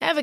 Ever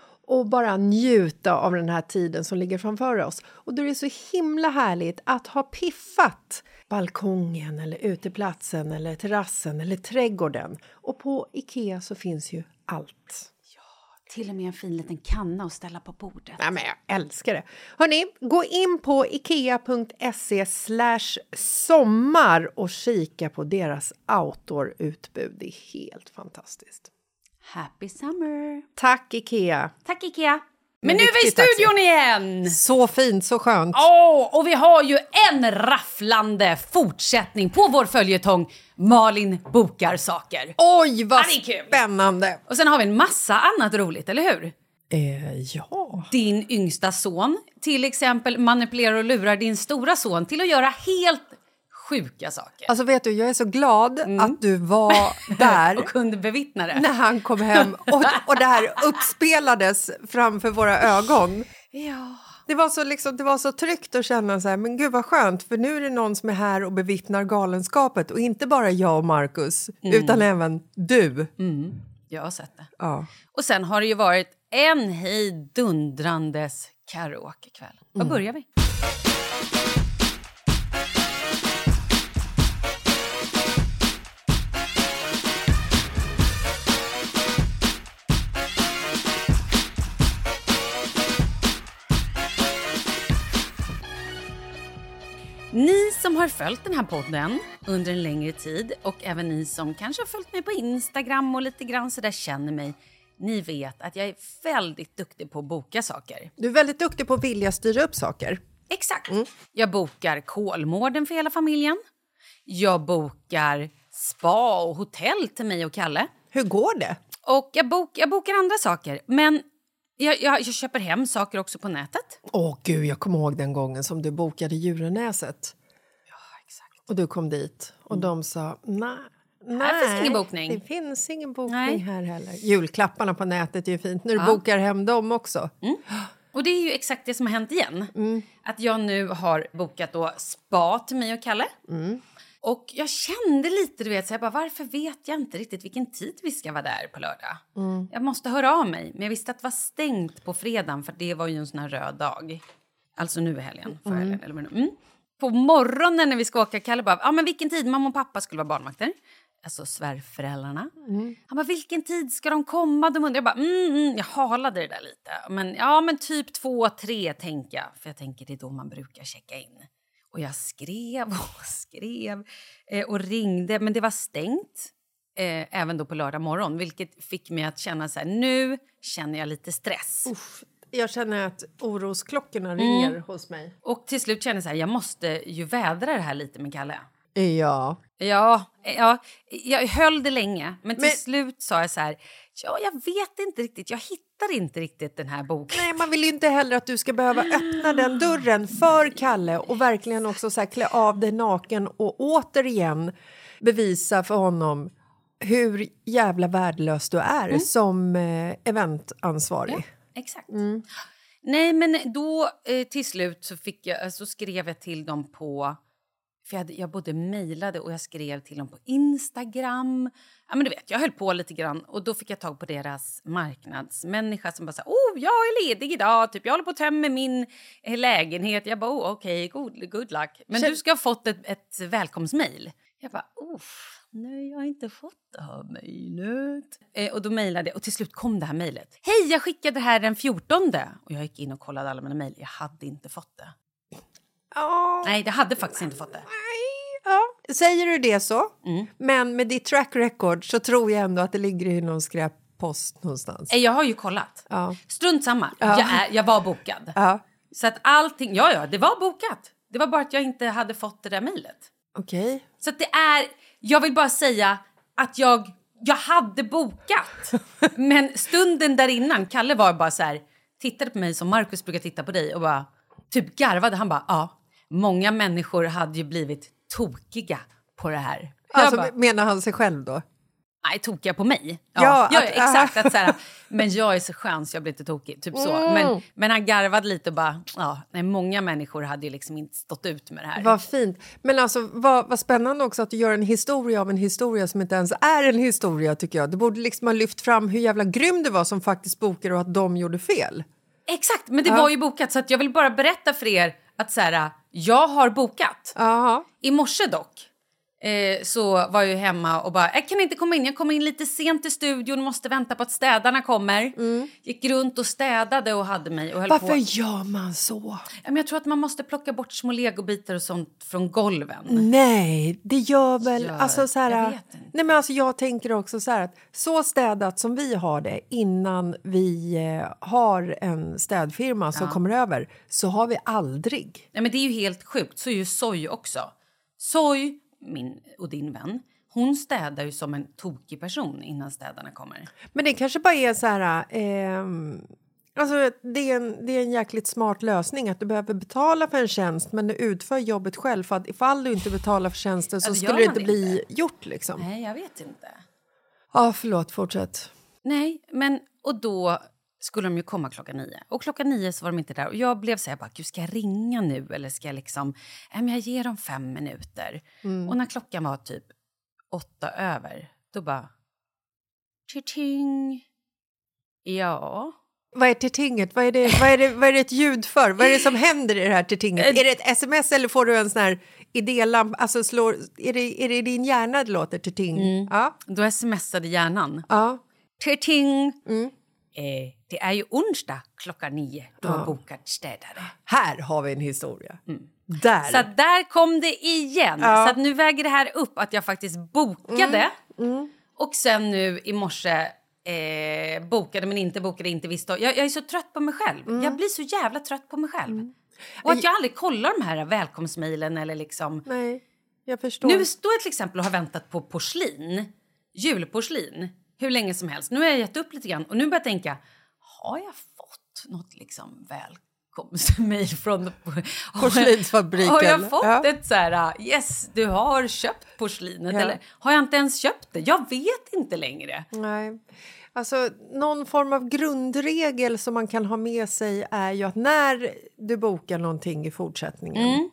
och bara njuta av den här tiden som ligger framför oss. Och då är det så himla härligt att ha piffat balkongen eller uteplatsen eller terrassen eller trädgården. Och på Ikea så finns ju allt. Till och med en fin liten kanna att ställa på bordet. Nej, men jag älskar det. Hörni, gå in på ikea.se sommar och kika på deras outdoor-utbud. Det är helt fantastiskt. Happy summer! Tack, Ikea! Tack Ikea! Men Men nu är vi i riktigt, tack så studion igen! Så fint, så skönt. Åh, och vi har ju en rafflande fortsättning på vår följetong Malin bokar saker. Oj, vad Ja, det är kul. spännande! Och sen har vi en massa annat roligt, eller hur? Eh, ja. Din yngsta son till exempel manipulerar och lurar din stora son till att göra helt sjuka saker. Alltså, vet du, jag är så glad Mm. att du var där. Och kunde bevittna det. när han kom hem och, och det här uppspelades framför våra ögon. Ja. Det var, så liksom, det var så tryggt att känna så här, men gud vad skönt för nu är det någon som är här och bevittnar galenskapet och inte bara jag och Markus utan även du. Jag har sett det. Ja. Och sen har det ju varit en hejdundrandes karaokekväll. Var börjar vi? Ni som har följt den här podden under en längre tid och även ni som kanske har följt mig på Instagram och lite grann så där känner mig. Ni vet att jag är väldigt duktig på att boka saker. Du är väldigt duktig på att vilja styra upp saker. Exakt. Jag bokar Kolmården för hela familjen. Jag bokar spa och hotell till mig och Kalle. Hur går det? Och jag, bok, jag bokar andra saker. Men jag, jag, jag köper hem saker också på nätet. Åh gud, jag kommer ihåg den gången som du bokade Djurenäset. Ja, exakt. Och du kom dit och de sa nej. Mm. Här finns nej, ingen bokning." Det finns ingen bokning Nej. här heller. Julklapparna på nätet är ju fint när du bokar hem dem också. Mm. Och det är ju exakt det som har hänt igen. Att jag nu har bokat då spa till mig och Kalle. Och jag kände lite, du vet, så jag bara, varför vet jag inte riktigt vilken tid vi ska vara där på lördag? Jag måste höra av mig. Men jag visste att det var stängt på fredagen för det var ju en sån här röd dag. Alltså nu i helgen, förra helgen eller vad det nu- mm. På morgonen när vi ska åka, Kalle bara, ah, men vilken tid? Mamma och pappa skulle vara barnvakter. Alltså svärföräldrarna. Han bara, vilken tid ska de komma? De undrar. Jag bara, mm, mm. jag halade det där lite. Men ja, men typ två, tre tänker jag. För jag tänker det är då man brukar checka in. Och jag skrev och skrev eh, och ringde, men det var stängt eh, även då på lördag morgon vilket fick mig att känna så här, nu känner jag lite stress. Uff, jag känner att Mm. orosklockorna ringer hos mig. Och till slut kände jag så här, jag måste ju vädra det här lite med Kalle. Ja. Ja, eh, ja, jag höll det länge, men till Men- slut sa jag så här, ja, jag vet inte riktigt, jag hittar inte riktigt den här boken. Nej, man vill ju inte heller att du ska behöva öppna den dörren för Kalle och verkligen också så här, klä av dig naken och återigen bevisa för honom hur jävla värdelös du är Mm. som eh, eventansvarig. Exakt. Mm. Nej, men då eh, till slut så, fick jag, så skrev jag till dem på... För jag, hade, jag både mejlade och jag skrev till dem på Instagram. Ja, men du vet, jag höll på lite grann och då fick jag tag på deras marknadsmänniska som bara sa oh, jag är ledig idag, typ, jag håller på att tömma min eh, lägenhet. Jag bara oh, okej, good, good luck. Men du ska ha fått ett, ett välkomstmejl. Jag bara uff. Nej, jag har inte fått det här mejlet. Eh, och då mejlade jag och till slut kom det här mejlet. Hej, jag skickade det här den 14. Och jag gick in och kollade alla mina mejl. Jag hade inte fått det. Ja, Nej, jag hade faktiskt inte fått det. ja. Säger du det så, Mm. men med ditt track record så tror jag ändå att det ligger i någon skräppost någonstans. Eh, Jag har ju kollat. Ja. Strunt samma. Jag, är, jag var bokad. Ja, Så att allting, ja, ja, det var bokat. Det var bara att jag inte hade fått det där mejlet. okej. Så att det är, jag vill bara säga att jag, jag hade bokat. Men stunden där innan, Kalle var bara så här, tittade på mig som Markus brukar titta på dig och bara typ garvade. Han bara, ja, många människor hade ju blivit tokiga på det här. Jag Alltså, bara, menar han sig själv då? nej, tokiga på mig? Ja, Ja, ja, att- exakt. aha. Att så här, men jag är så skön så jag blir inte tokig. Typ så. Men, men han garvade lite och bara, ja, nej, många människor hade ju liksom inte stått ut med det här. Vad fint. Men alltså, vad, vad spännande också att du gör en historia av en historia som inte ens är en historia. tycker jag. Du borde liksom ha lyft fram hur jävla grym du var som faktiskt bokade och att de gjorde fel. Exakt, men det var ju bokat så att jag vill bara berätta för er att så här, jag har bokat. Aha. I morse dock eh, så var jag ju hemma och bara jag kan inte komma in, jag kommer in lite sent i studion, måste vänta på att städarna kommer. Gick runt och städade och hade mig och höll Varför på. gör man så? Ja, men Jag tror att man måste plocka bort små legobitar och sånt från golven. Nej, det gör väl... Gör- Alltså, så här, jag vet inte. Nej, men alltså, jag tänker också så här att så städat som vi har det innan vi eh, har en städfirma som kommer över, så har vi aldrig. Nej, men det är ju helt sjukt. Så är ju Soy också. Soy, min och din vän, hon städar ju som en tokig person innan städarna kommer. Men det kanske bara är så här... ehm, alltså det, är en, det är en jäkligt smart lösning att du behöver betala för en tjänst men du utför jobbet själv. För att ifall du inte betalar för tjänsten så Ja, då gör skulle det man inte det bli gjort. liksom. Nej, jag vet inte. Ja, förlåt. Fortsätt. Nej, men och då skulle de ju komma klockan nio. Och klockan nio så var de inte där. Och jag blev så här, bara, Gud, ska jag ringa nu eller ska jag liksom, nej men jag ger dem fem minuter. Och när klockan var typ åtta över, då bara, ting Ja. Vad är titinget? Vad är, det, vad, är det, vad är det ett ljud för? Vad är det som händer i det här titinget? Eh, Är det ett sms eller får du en sån här idélamp? Alltså slår, är, det, är det i din hjärna det låter titing? Mm. Ja, Då smsade hjärnan. ja. Ting. Eh, det är ju onsdag klockan nio. Du har bokat städare. Här har vi en historia. Där. Mm. Så att där kom det igen. Så att nu väger det här upp att jag faktiskt bokade. Och sen nu i morse eh, bokade men inte bokade, inte visste. Jag, jag är så trött på mig själv. Jag blir så jävla trött på mig själv. Och att jag aldrig kollar de här välkomstmejlen eller liksom... Nej, jag förstår. Nu står jag till exempel och har väntat på porslin, julporslin, hur länge som helst. Nu har jag gett upp lite grann och nu börjar jag tänka, har jag fått något liksom välkomstmejl från Porslinsfabriken. Har jag fått Ja. ett så här, ah, yes, du har köpt porslinet Ja. eller har jag inte ens köpt det? Jag vet inte längre. Nej. Alltså, någon form av grundregel som man kan ha med sig är ju att när Mm. du bokar någonting i fortsättningen...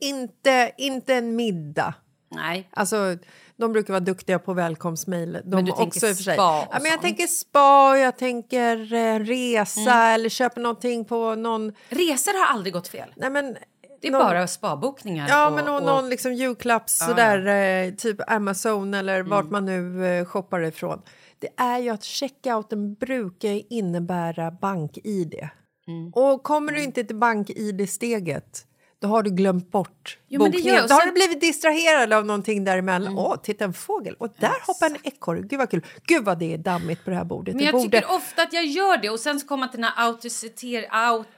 Inte, inte en middag, Nej. Alltså, de brukar vara duktiga på välkomstmejl. De Men du tänker också, i och för sig. spa och ja, men Jag sånt? tänker spa, och jag tänker eh, resa Mm. eller köpa någonting på någon... Resor har aldrig gått fel. Nej, men, Det är någon, bara spabokningar. Ja, och- men och, och- någon liksom julklapps, sådär, eh, typ Amazon eller Mm. vart man nu eh, shoppar ifrån. Det är ju att checkouten brukar innebära bank-id. Mm. Och kommer du inte till bank-id-steget, då har du glömt bort Jo, men det bokningen. gör- Då har sen- Mm. du blivit distraherad av någonting däremellan. Åh, titta en fågel! Och där hoppar en ekorre. Gud vad kul! Gud vad det är dammigt på det här bordet. Men det jag borde... tycker ofta att jag gör det och sen så kommer man till den här autociter-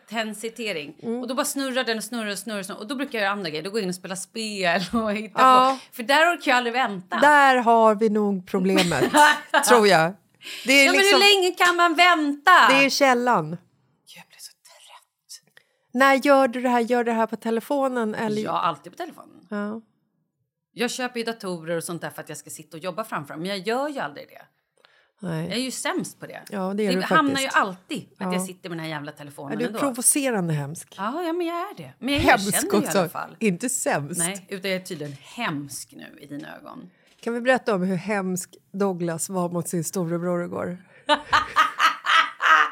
autenticitering Mm. och då bara snurrar den och snurrar och snurrar och, snurrar. och då brukar jag göra andra grejer, då går jag in och spelar spel och hittar Ja. på. För där orkar jag aldrig vänta. Där har vi nog problemet, tror jag. Det är ja, liksom... men hur länge kan man vänta? Det är källan. Jag blir så trött. När gör du det här? Gör du det här på telefonen? Eller? Jag har alltid på telefonen. Ja. Jag köper ju datorer och sånt där för att jag ska sitta och jobba framför dem, men jag gör ju aldrig det. Jag Nej. är ju sämst på det. Ja, det är du hamnar ju faktiskt. alltid att Ja. jag sitter med den här jävla Är telefonen du ändå. provocerande hemsk? Ja, ja, men jag är det. Men jag Hemsk erkänner ju i alla också. fall. Inte sämst. Nej, utan jag är tydligen hemsk nu i dina ögon. Kan vi berätta om hur hemsk Douglas var mot sin storebror igår?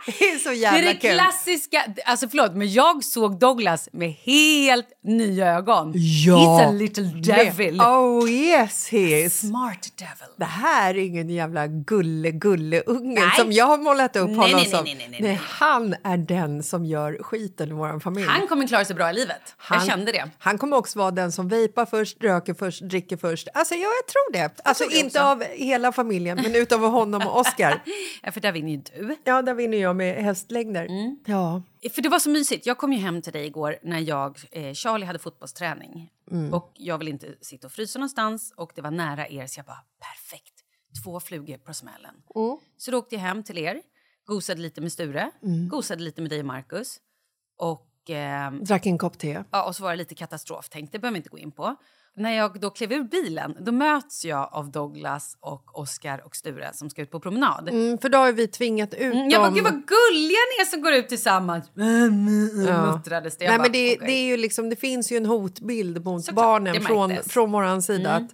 det är så Det jävla är det kul. klassiska... Alltså förlåt, men jag såg Douglas med helt nya ögon. Ja. He's a little devil. Oh yes he is. Smart devil. Det här är ingen jävla gulle-gulle-unge Nej. som jag har målat upp Nej, honom nej, nej, som. nej, nej, nej. han är den som gör skiten i vår familj. Han kommer klara sig bra i livet. Han- jag kände det. Han kommer också vara den som vejpar först, röker först, dricker först. Alltså, ja, jag tror det. Alltså, tror det inte av hela familjen, men utav honom och Oscar. Ja, för där vinner ju du. Ja, där vinner jag med hästlängder. Mm. Ja. För det var så mysigt. Jag kom ju hem till dig igår när jag, eh, Charlie hade fotbollsträning. Mm. Och jag ville inte sitta och frysa någonstans och det var nära er så jag bara perfekt. Två flugor på smällen. Mm. Så då åkte jag hem till er, gosade lite med Sture, Mm. gosade lite med dig och Marcus. Och, ehm, Drack en kopp te. ja, och så var det lite katastrof tänkte, det behöver vi inte gå in på. När jag då klev ur bilen då möts jag av Douglas och Oscar och Sture som ska ut på promenad. Mm, för då har vi tvingat ut Mm, Jag bara, dem. gud vad gulliga ni är som går ut tillsammans. Mm, Ja. Muttrades det. Jag Nej, bara, men det, okej. det, är ju liksom, det finns ju en hotbild mot Såklart, det barnen märktes. Mm. från, från vår sida. Att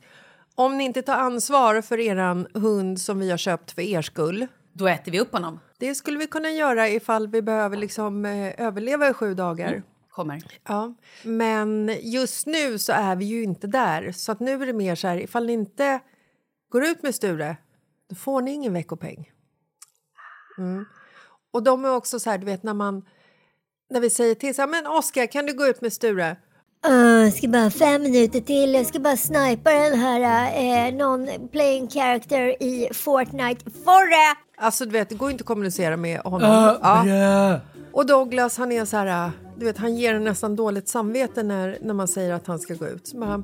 om ni inte tar ansvar för er hund som vi har köpt för er skull Då äter vi upp honom. det skulle vi kunna göra ifall vi behöver liksom, eh, överleva i sju dagar. Mm. Kommer. Ja, men just nu så är vi ju inte där. Så att nu är det mer så här, ifall ni inte går ut med Sture, då får ni ingen veckopeng. Mm. Och de är också så här, du vet när man, när vi säger till så här, men Oskar kan du gå ut med Sture? Åh, jag Ah, ska bara fem minuter till. Jag ska bara snipa den här eh, någon playing character i Fortnite. Forre! Alltså du vet, det går inte att kommunicera med honom. ja. Och Douglas han är så här, äh, du vet han ger en nästan dåligt samvete när, när man säger att han ska gå ut. Så bara,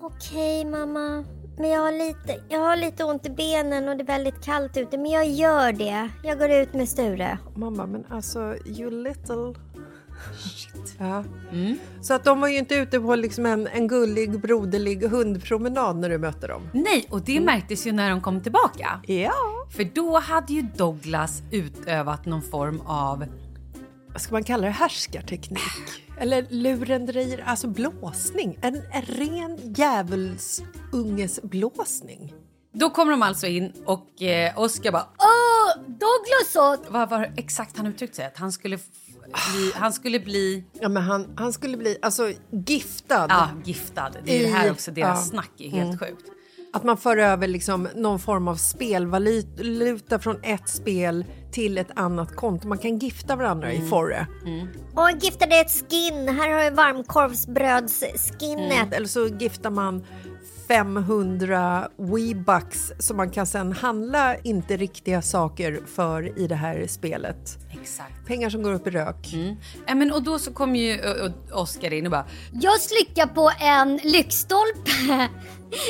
Okej mamma, men jag har, lite, jag har lite ont i benen och det är väldigt kallt ute. Men jag gör det. Jag går ut med Sture. Man bara, men alltså you little... Shit. Mm. Ja. Så att de var ju inte ute på liksom en, en gullig, broderlig hundpromenad när du mötte dem. Nej, och det märktes ju när de kom tillbaka. Ja. För då hade ju Douglas utövat någon form av... Vad ska man kalla det? Härskarteknik? Eller lurendrejer? Alltså blåsning. En, en ren djävulsunges blåsning. Då kommer de alltså in och eh, Oscar bara... Åh, Ah, Douglas sa... Vad var exakt han uttryckte sig? Att han skulle f- bli... Han skulle bli Ja, men han, han skulle bli alltså, giftad. ja, giftad. Det är ju det här I- också, deras ja. Mm. snack är helt sjukt. Att man för över liksom någon form av spelvaluta från ett spel till ett annat konto. Man kan gifta varandra Mm. i Forre. Och han giftade ett skin. Här har jag varmkorvsbrödsskinnet. Eller så giftar man 500 Weebucks som man kan sen handla inte riktiga saker för i det här spelet. Exakt. Pengar som går upp i rök. Ja, men, och då så kom ju ö, ö, Oscar in och bara... Jag slickar på en lyktstolpe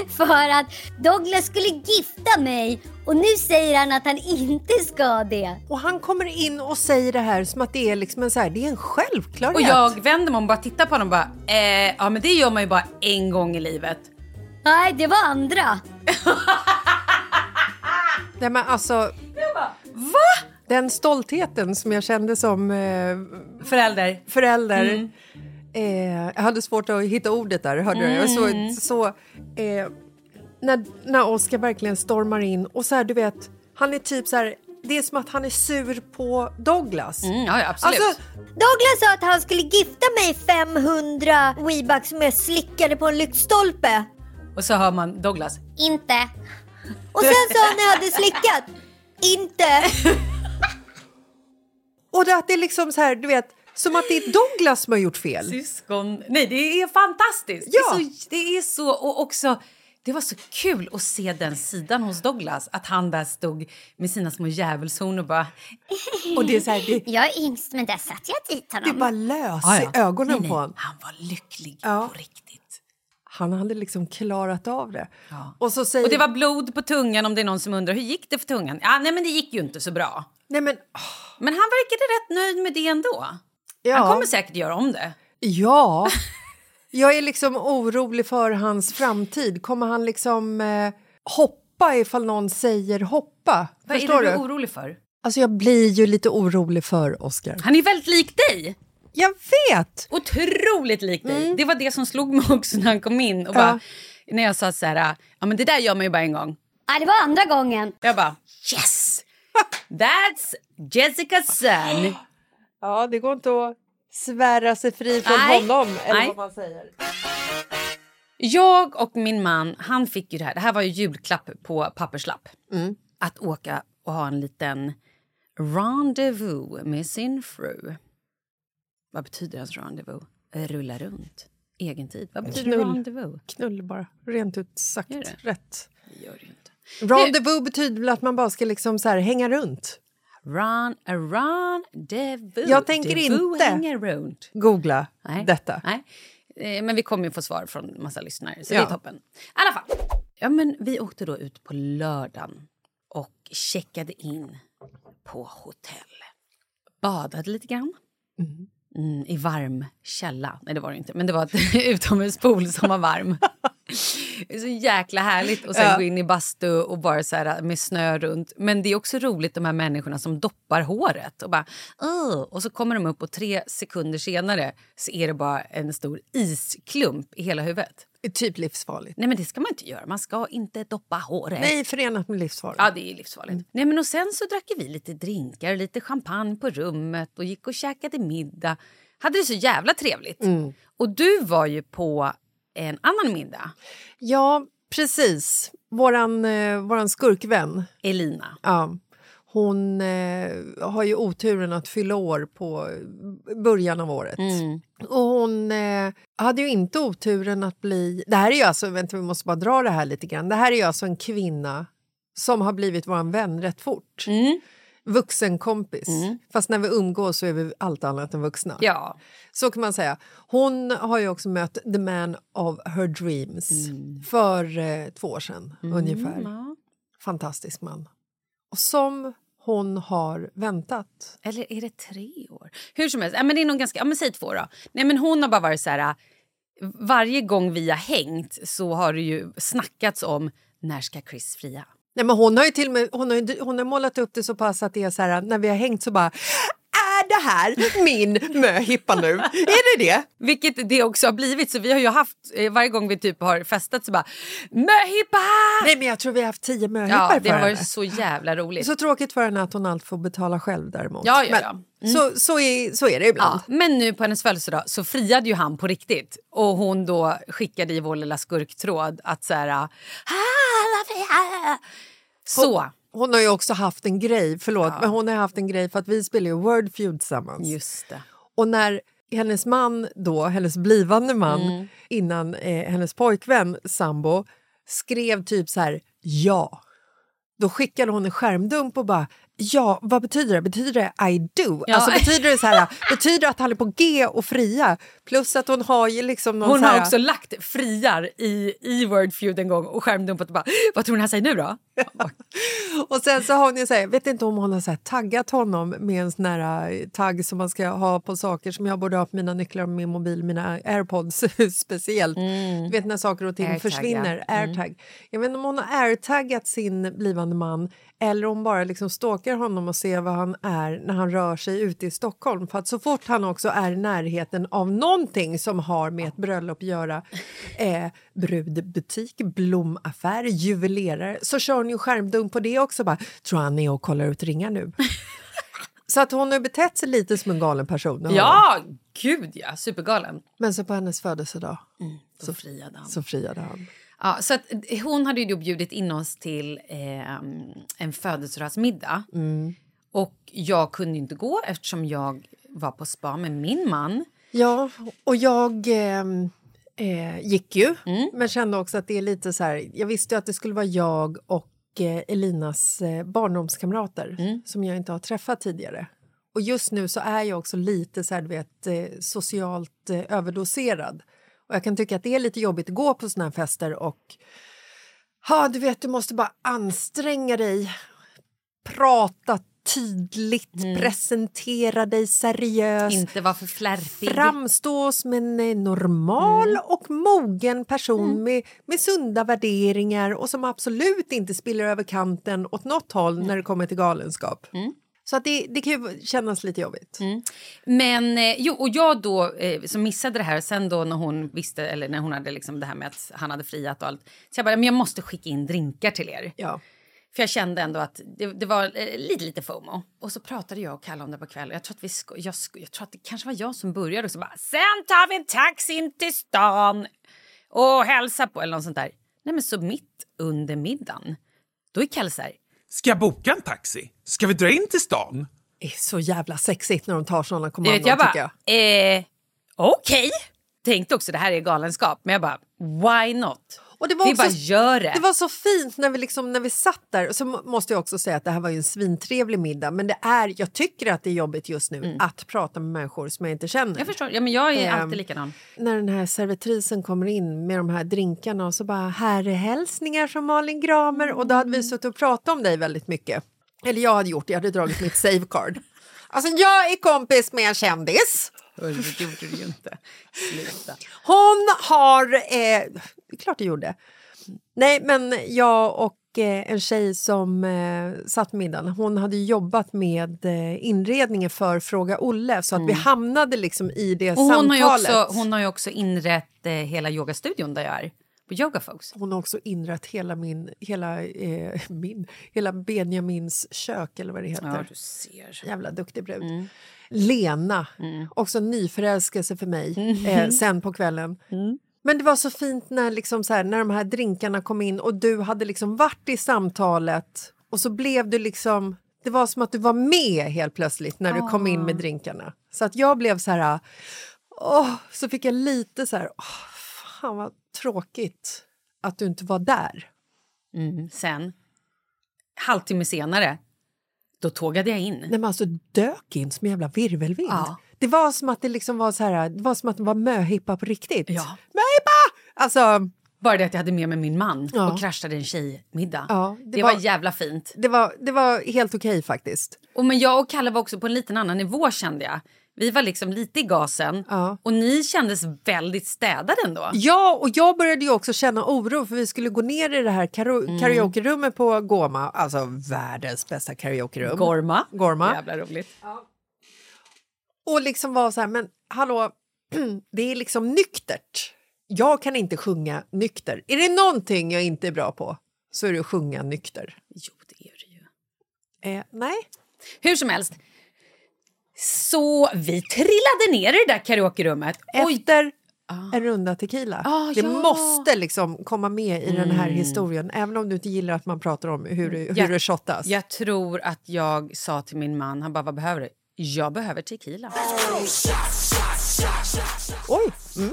för att Douglas skulle gifta mig och nu säger han att han inte ska det. Och han kommer in och säger det här som att det är liksom en, så här, det är en självklarhet. Och jag vänder mig om och bara tittar på honom och bara... Eh, ja, men det gör man ju bara en gång i livet. Nej, det var andra. Nej, men alltså, Va? den stoltheten som jag kände som eh, Förälder. förälder Eh, jag hade svårt att hitta ordet där, hörde du? Jag Mm. så, så, eh, när, när Oscar verkligen stormar in och så här, du vet, han är typ så här, det är som att han är sur på Douglas. Mm, ja, ja, absolut. Alltså, Douglas sa att han skulle gifta mig 500 weebucks som jag slickade på en lyktstolpe. Och så hör man Douglas. Inte. Och sen sa han när jag hade slickat. Inte. och det, att det är liksom så här, du vet, som att det är Douglas som har gjort fel. Syskon... Nej, det är fantastiskt! Ja. Det, är så, det är så... Och också, det var så kul att se den sidan hos Douglas. Att han där stod med sina små djävulshorn och bara... Och det är så här, det, Jag är yngst men där satt jag dit det honom. bara lös "Ah, i ögonen nej, nej. på honom. Han var lycklig Ja. på riktigt. Han hade liksom klarat av det. Ja. Och så säger... Och det var blod på tungan om det är någon som undrar hur gick det för tungan? Ja, nej men det gick ju inte så bra. Nej men, Men han verkade rätt nöjd med det ändå. ja. Han kommer säkert göra om det. Ja. Jag är liksom orolig för hans framtid. Kommer han liksom eh, hoppa ifall någon säger hoppa? Vad Förstår är det du? du är orolig för? alltså jag blir ju lite orolig för Oscar. Han är väldigt lik dig! Jag vet! Otroligt lik dig. Mm. Det var det som slog mig också när han kom in. Och bara, När jag sa så här, ja men det där gör man ju bara en gång. Nej, det var andra gången. Jag bara, yes! That's Jessica Sun. Ja, det går inte att svära sig fri från Nej. honom. Eller Nej. vad man säger. Jag och min man, han fick ju det här. Det här var ju julklapp på papperslapp. Att åka och ha en liten rendezvous med sin fru. Vad betyder ens rendezvous? Rulla runt. Egentid. Vad betyder Knull. rendezvous? Knull bara, rent ut sagt Gör det? rätt. Det gör det ju inte. Rendezvous betyder väl att man bara ska liksom så här hänga runt? Run, a rendezvous. Jag tänker Devous inte. hänger runt. Googla Nej. detta. Nej. Eh, Men vi kommer ju få svar från massa lyssnare, så Ja. det är toppen. I alla fall. Ja, men vi åkte då ut på lördagen och checkade in på hotell. Badade lite grann. Mm, I varm källa. Nej, det var det inte. Men det var ett utomhuspool som var varm. Det är så jäkla härligt. Och sen gå in i bastu och bara så här äh, med snö runt. Men det är också roligt de här människorna som doppar håret och bara "Åh." Och så kommer de upp och tre sekunder senare så är det bara en stor isklump i hela huvudet. Typ livsfarligt. Nej men det ska man inte göra. Man ska inte doppa håret. Nej, förenat med livsfarligt. Ja, det är livsfarligt. Nej, men och sen så drack vi lite drinkar och lite champagne på rummet och gick och käkade middag. Hade det så jävla trevligt. Och du var ju på en annan middag, Ja, precis. Våran, eh, våran skurkvän, Elina. ja, hon eh, har ju oturen att fylla år på eh, början av året. Och hon eh, hade ju inte oturen att bli... Det här är ju alltså, vänta, vi måste bara dra det här lite grann. Det här är ju alltså en kvinna som har blivit våran vän rätt fort. Vuxen kompis. Fast när vi umgås så är vi allt annat än vuxna. Ja, Så kan man säga. Hon har ju också mött the man of her dreams för eh, två år sedan ungefär. Fantastisk man. Och som hon har väntat. eller är det tre år? Hur som helst, ja, men det är nog ganska, ja, men säg två då. Nej, men hon har bara varit så här, varje gång vi har hängt så har det ju snackats om när ska Chris fria? Nej, men hon har ju till och med hon har, ju- hon har målat upp det så pass att det är så här när vi har hängt så bara är det här min möhippa nu? Är det det? Vilket det också har blivit. Så vi har ju haft, eh, varje gång vi typ har festat så bara möhippa! Nej men jag tror vi har haft tio möhippor Ja, för det har henne. varit så jävla roligt. Så tråkigt för henne att hon allt får betala själv däremot. Ja, Mm. ja, men, ja. Så, så, är, så är det ibland. Ja, men nu på hennes födelsedag så friade ju han på riktigt. Och hon då skickade i vår lilla skurktråd att så här... "Ah, alla friar!" Så, Hon har ju också haft en grej, förlåt, men hon har haft en grej för att vi spelar ju Word Feud tillsammans. just det. Och när hennes man då, hennes blivande man, Mm. innan eh, hennes pojkvän, sambo, skrev typ så här ja. Då skickade hon en skärmdump och bara ja, vad betyder det? Betyder det I do? Ja. Alltså betyder det så här, betyder det att han är på G och fria? Plus att hon har ju liksom någon Hon så här, har också lagt friar i, i Word Feud en gång och skärmdumpat och bara “Vad tror ni han säger nu då?” Och sen så har hon ju så här, jag vet inte om hon har så här taggat honom med en sån här eh, tagg som man ska ha på saker som jag borde ha på mina nycklar, min mobil, mina airpods speciellt. Du vet när saker och ting Airtag, försvinner, ja. airtag. Jag vet inte om hon har airtaggat sin blivande man eller om hon bara liksom stalkar stalkar honom och ser vad han är när han rör sig ute i Stockholm. För att så fort han också är i närheten av någonting som har med ett bröllop att göra eh, brudbutik, blomaffär, juvelerare så kör hon ju skärmdump på det också. Bara, Tror han är och kollar ut ringar nu? så att hon har betett sig lite som en galen person. Ja, gud ja. Supergalen. Men så på hennes födelsedag Så friade han. så friade han. Ja, så att eh, hon hade ju då bjudit in oss till eh, en födelsedagsmiddag. Och jag kunde ju inte gå eftersom jag var på spa med min man. Ja, och jag ehm, eh, gick ju, men kände också att det är lite så här... Jag visste ju att det skulle vara jag och eh, Elinas eh, barndomskamrater som jag inte har träffat tidigare. Och just nu så är jag också lite så här, du vet, eh, socialt eh, överdoserad. Och jag kan tycka att det är lite jobbigt att gå på såna här fester och... Ja, du vet, du måste bara anstränga dig prata tydligt, presentera dig seriöst. Inte var för flärpig. Framstå som en eh, normal Mm. och mogen person med, med sunda värderingar och som absolut inte spiller över kanten åt något håll Mm. när det kommer till galenskap. Så att det, det kan ju kännas lite jobbigt. Mm. Men eh, jo, och jag då eh, som missade det här sen då när hon visste eller när hon hade liksom det här med att han hade friat och allt. Så jag bara, men jag måste skicka in drinkar till er. Ja. För jag kände ändå att det, det var eh, lite, lite FOMO. Och så pratade jag och Kalle om det på kvällen. Jag tror att, vi sko- jag sko- jag tror att det kanske var jag som började och så bara “Sen tar vi en taxi in till stan och hälsar på” eller något sånt där. Nej men så mitt under middagen, då är Kalle så här Ska jag boka en taxi? Ska vi dra in till stan? Det är så jävla sexigt när de tar såna Du kommandon vet, jag bara, tycker jag. eh, okej. Tänkte också det här är galenskap, men jag bara, why not? Och det var Vi också- bara gör det. Det var så fint när vi, liksom, när vi satt där. Och Så må- måste jag också säga att det här var ju en svintrevlig middag. Men det är, jag tycker att det är jobbigt just nu att prata med människor som jag inte känner. Mm. Jag förstår, ja, men jag är Ehm, alltid likadan. när den här servitrisen kommer in med de här drinkarna och så bara här är hälsningar från Malin Gramer och då hade Mm. vi suttit och pratat om dig väldigt mycket. Eller jag hade gjort det, jag hade dragit mitt savecard. Alltså jag är kompis med en kändis. Hörru, det gjorde du ju inte. Sluta. Hon har... Eh, det är klart jag gjorde. Nej, men jag och eh, en tjej som eh, satt middagen, hon hade ju jobbat med eh, inredningen för Fråga Olle så att vi hamnade liksom i det Mm. Och hon, har samtalet. ju också, hon har ju också inrett eh, hela yogastudion där jag är, på Yoga Folks. Hon har också inrett hela, min, hela, eh, min, hela Benjamins kök, eller vad det heter. Ja, du ser. Jävla duktig brud. Lena, också nyförälskelse för mig eh, sen på kvällen. Men det var så fint när, liksom så här, när de här drinkarna kom in och du hade liksom varit i samtalet och så blev du liksom... Det var som att du var med helt plötsligt när du kom in med drinkarna. Så att jag blev så här... Åh, så fick jag lite så här... Åh, fan vad tråkigt att du inte var där. Mm. Sen, halvtimme senare, då tågade jag in. Nej, men alltså dök in som en jävla virvelvind. Ja. Det var som att det liksom var så här, det var som att det var möhippa på riktigt. Ja. Möhippa! Alltså, Bara det att jag hade med mig min man Ja. och kraschade en tjejmiddag. Ja, det det, var var- jävla fint. det var, det var helt okej faktiskt. Och men jag och Kalle var också på en liten annan nivå kände jag. Vi var liksom lite i gasen Ja. och ni kändes väldigt städade ändå. Ja, och jag började ju också känna oro för vi skulle gå ner i det här karo- Mm. karaokerummet på Goma, alltså världens bästa karaokerum. Gorma. Gorma. Jävla roligt. Och liksom var så här, men hallå, det är liksom nyktert. Jag kan inte sjunga nykter. Är det någonting jag inte är bra på så är det att sjunga nykter. Jo, det är det ju. Eh, nej. Hur som helst. Så vi trillade ner i det där karaokerummet. Oj, efter en runda tequila. Ah, det ja. måste liksom komma med i den här historien, även om du inte gillar att man pratar om hur, det- hur Ja. det shottas. jag tror att jag sa till min man, han bara vad behöver du? Jag behöver tequila. Oj!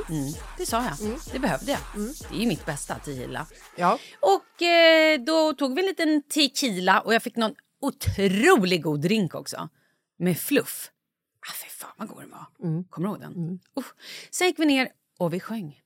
Mm. Det sa jag, det behövde jag. Det är ju mitt bästa tequila. Ja. Och eh, då tog vi en liten tequila och jag fick någon otroligt god drink också. Med fluff. Ah, fy fan vad god den var. Kommer du ihåg den? Usch. Sen gick vi ner och vi sjöng.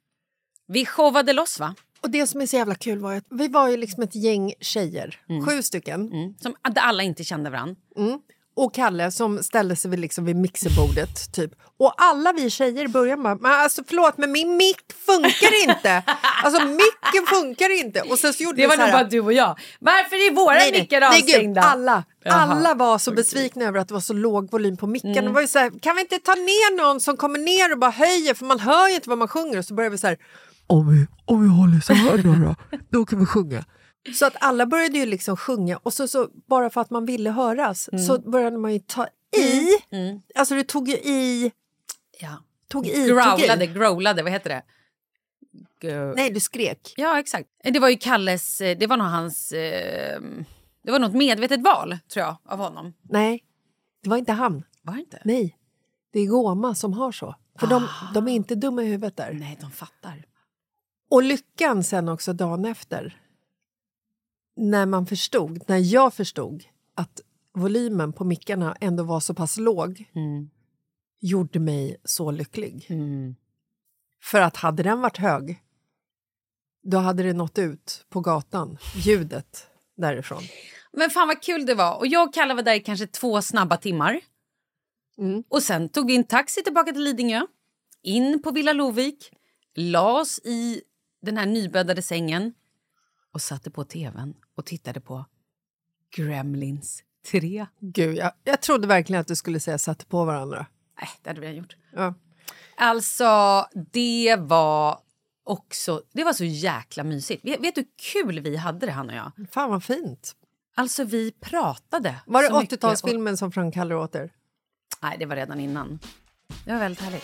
Vi showade loss va? Och det som är så jävla kul var ju att vi var ju liksom ett gäng tjejer, sju stycken. Som att alla inte kände varandra. Mm. och Kalle som ställde sig vid, liksom vid mixerbordet. Typ. Och alla vi tjejer i början bara, men alltså förlåt men min mick funkar inte! Alltså micken funkar inte! Och sen så gjorde Det vi var så nog här, bara du och jag. Varför är våra Nej, nej, mickar nej, gud, avstängda? alla, Jaha. Mm. alla var så besvikna över att det var så låg volym på micken. Det var ju så här, kan vi inte ta ner någon som kommer ner och bara höjer för man hör ju inte vad man sjunger. Och så började vi så här, om vi, om vi håller så här då, då, då kan vi sjunga. Så att alla började ju liksom sjunga och så, så bara för att man ville höras Mm. så började man ju ta i. Alltså det tog ju i, Ja. tog i, tog Growlade, i. growlade, vad heter det? Go- Nej, du skrek. Ja, exakt. Det var ju Kalles, eh, det var nog hans, eh, det var något medvetet val tror jag av honom. Nej, det var inte han. Var det inte? Nej, det är Goma som har så. För de, de är Ah. inte dumma i huvudet där. Nej, de fattar. Och lyckan sen också dagen efter. När man förstod, när jag förstod att volymen på mickarna ändå var så pass låg Mm. gjorde mig så lycklig. För att hade den varit hög då hade det nått ut på gatan, ljudet därifrån. Men fan vad kul det var. Och jag och Kalle var där i kanske två snabba timmar. Mm. Och sen tog vi en taxi tillbaka till Lidingö, in på Villa Lovik, la oss i den här nybäddade sängen och satte på tvn och tittade på Gremlins 3. Gud, jag, jag trodde verkligen att du skulle säga satte på varandra. Nej, Äh, det hade vi redan gjort. Ja. Alltså, det var också... Det var så jäkla mysigt. Vet, vet du hur kul vi hade det, han och jag? Fan vad fint. Alltså, vi pratade. Var det så mycket 80-talsfilmen som Frank Kalle åt er? och- Nej, det var redan innan. Det var väldigt härligt.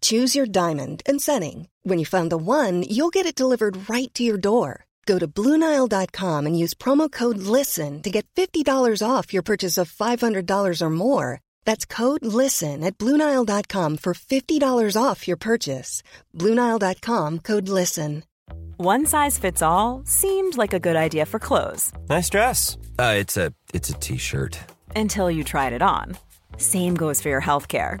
Choose your diamond and setting. When you find the one, you'll get it delivered right to your door. Go to Bluenile.com and use promo code LISTEN to get $50 off your purchase of $500 or more. That's code LISTEN at Bluenile.com for $50 off your purchase. Bluenile.com code LISTEN. One size fits all seemed like a good idea for clothes Nice dress. Uh, it's a it's a t-shirt. until you tried it on. Same goes for your healthcare.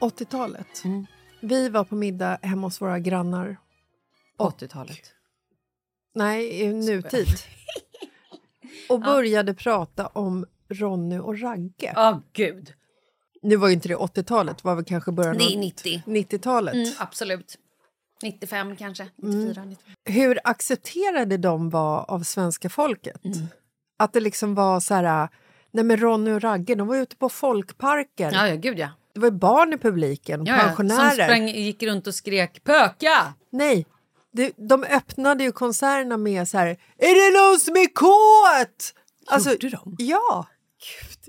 80-talet. Mm. Vi var på middag hemma hos våra grannar. 80-talet. Nej, i nutid. Och började prata om Ronny och Ragge. Ja, gud. Nu var ju inte det 80-talet, det var väl kanske början Det är Mm. av 90. 90-talet. Absolut. 95 kanske. 94, 95. Hur accepterade de var av svenska folket? Mm. Att det liksom var så här... Nej men Ronny och Ragge, de var ute på folkparker. Ja, ja, gud ja. Det var ju barn i publiken, och ja, ja. Som pensionärer. sprang, gick runt och skrek pöka! Nej, det, de öppnade ju konserterna med så här... Är det någon som är kåt? Alltså, Gjorde de? Alltså, Ja.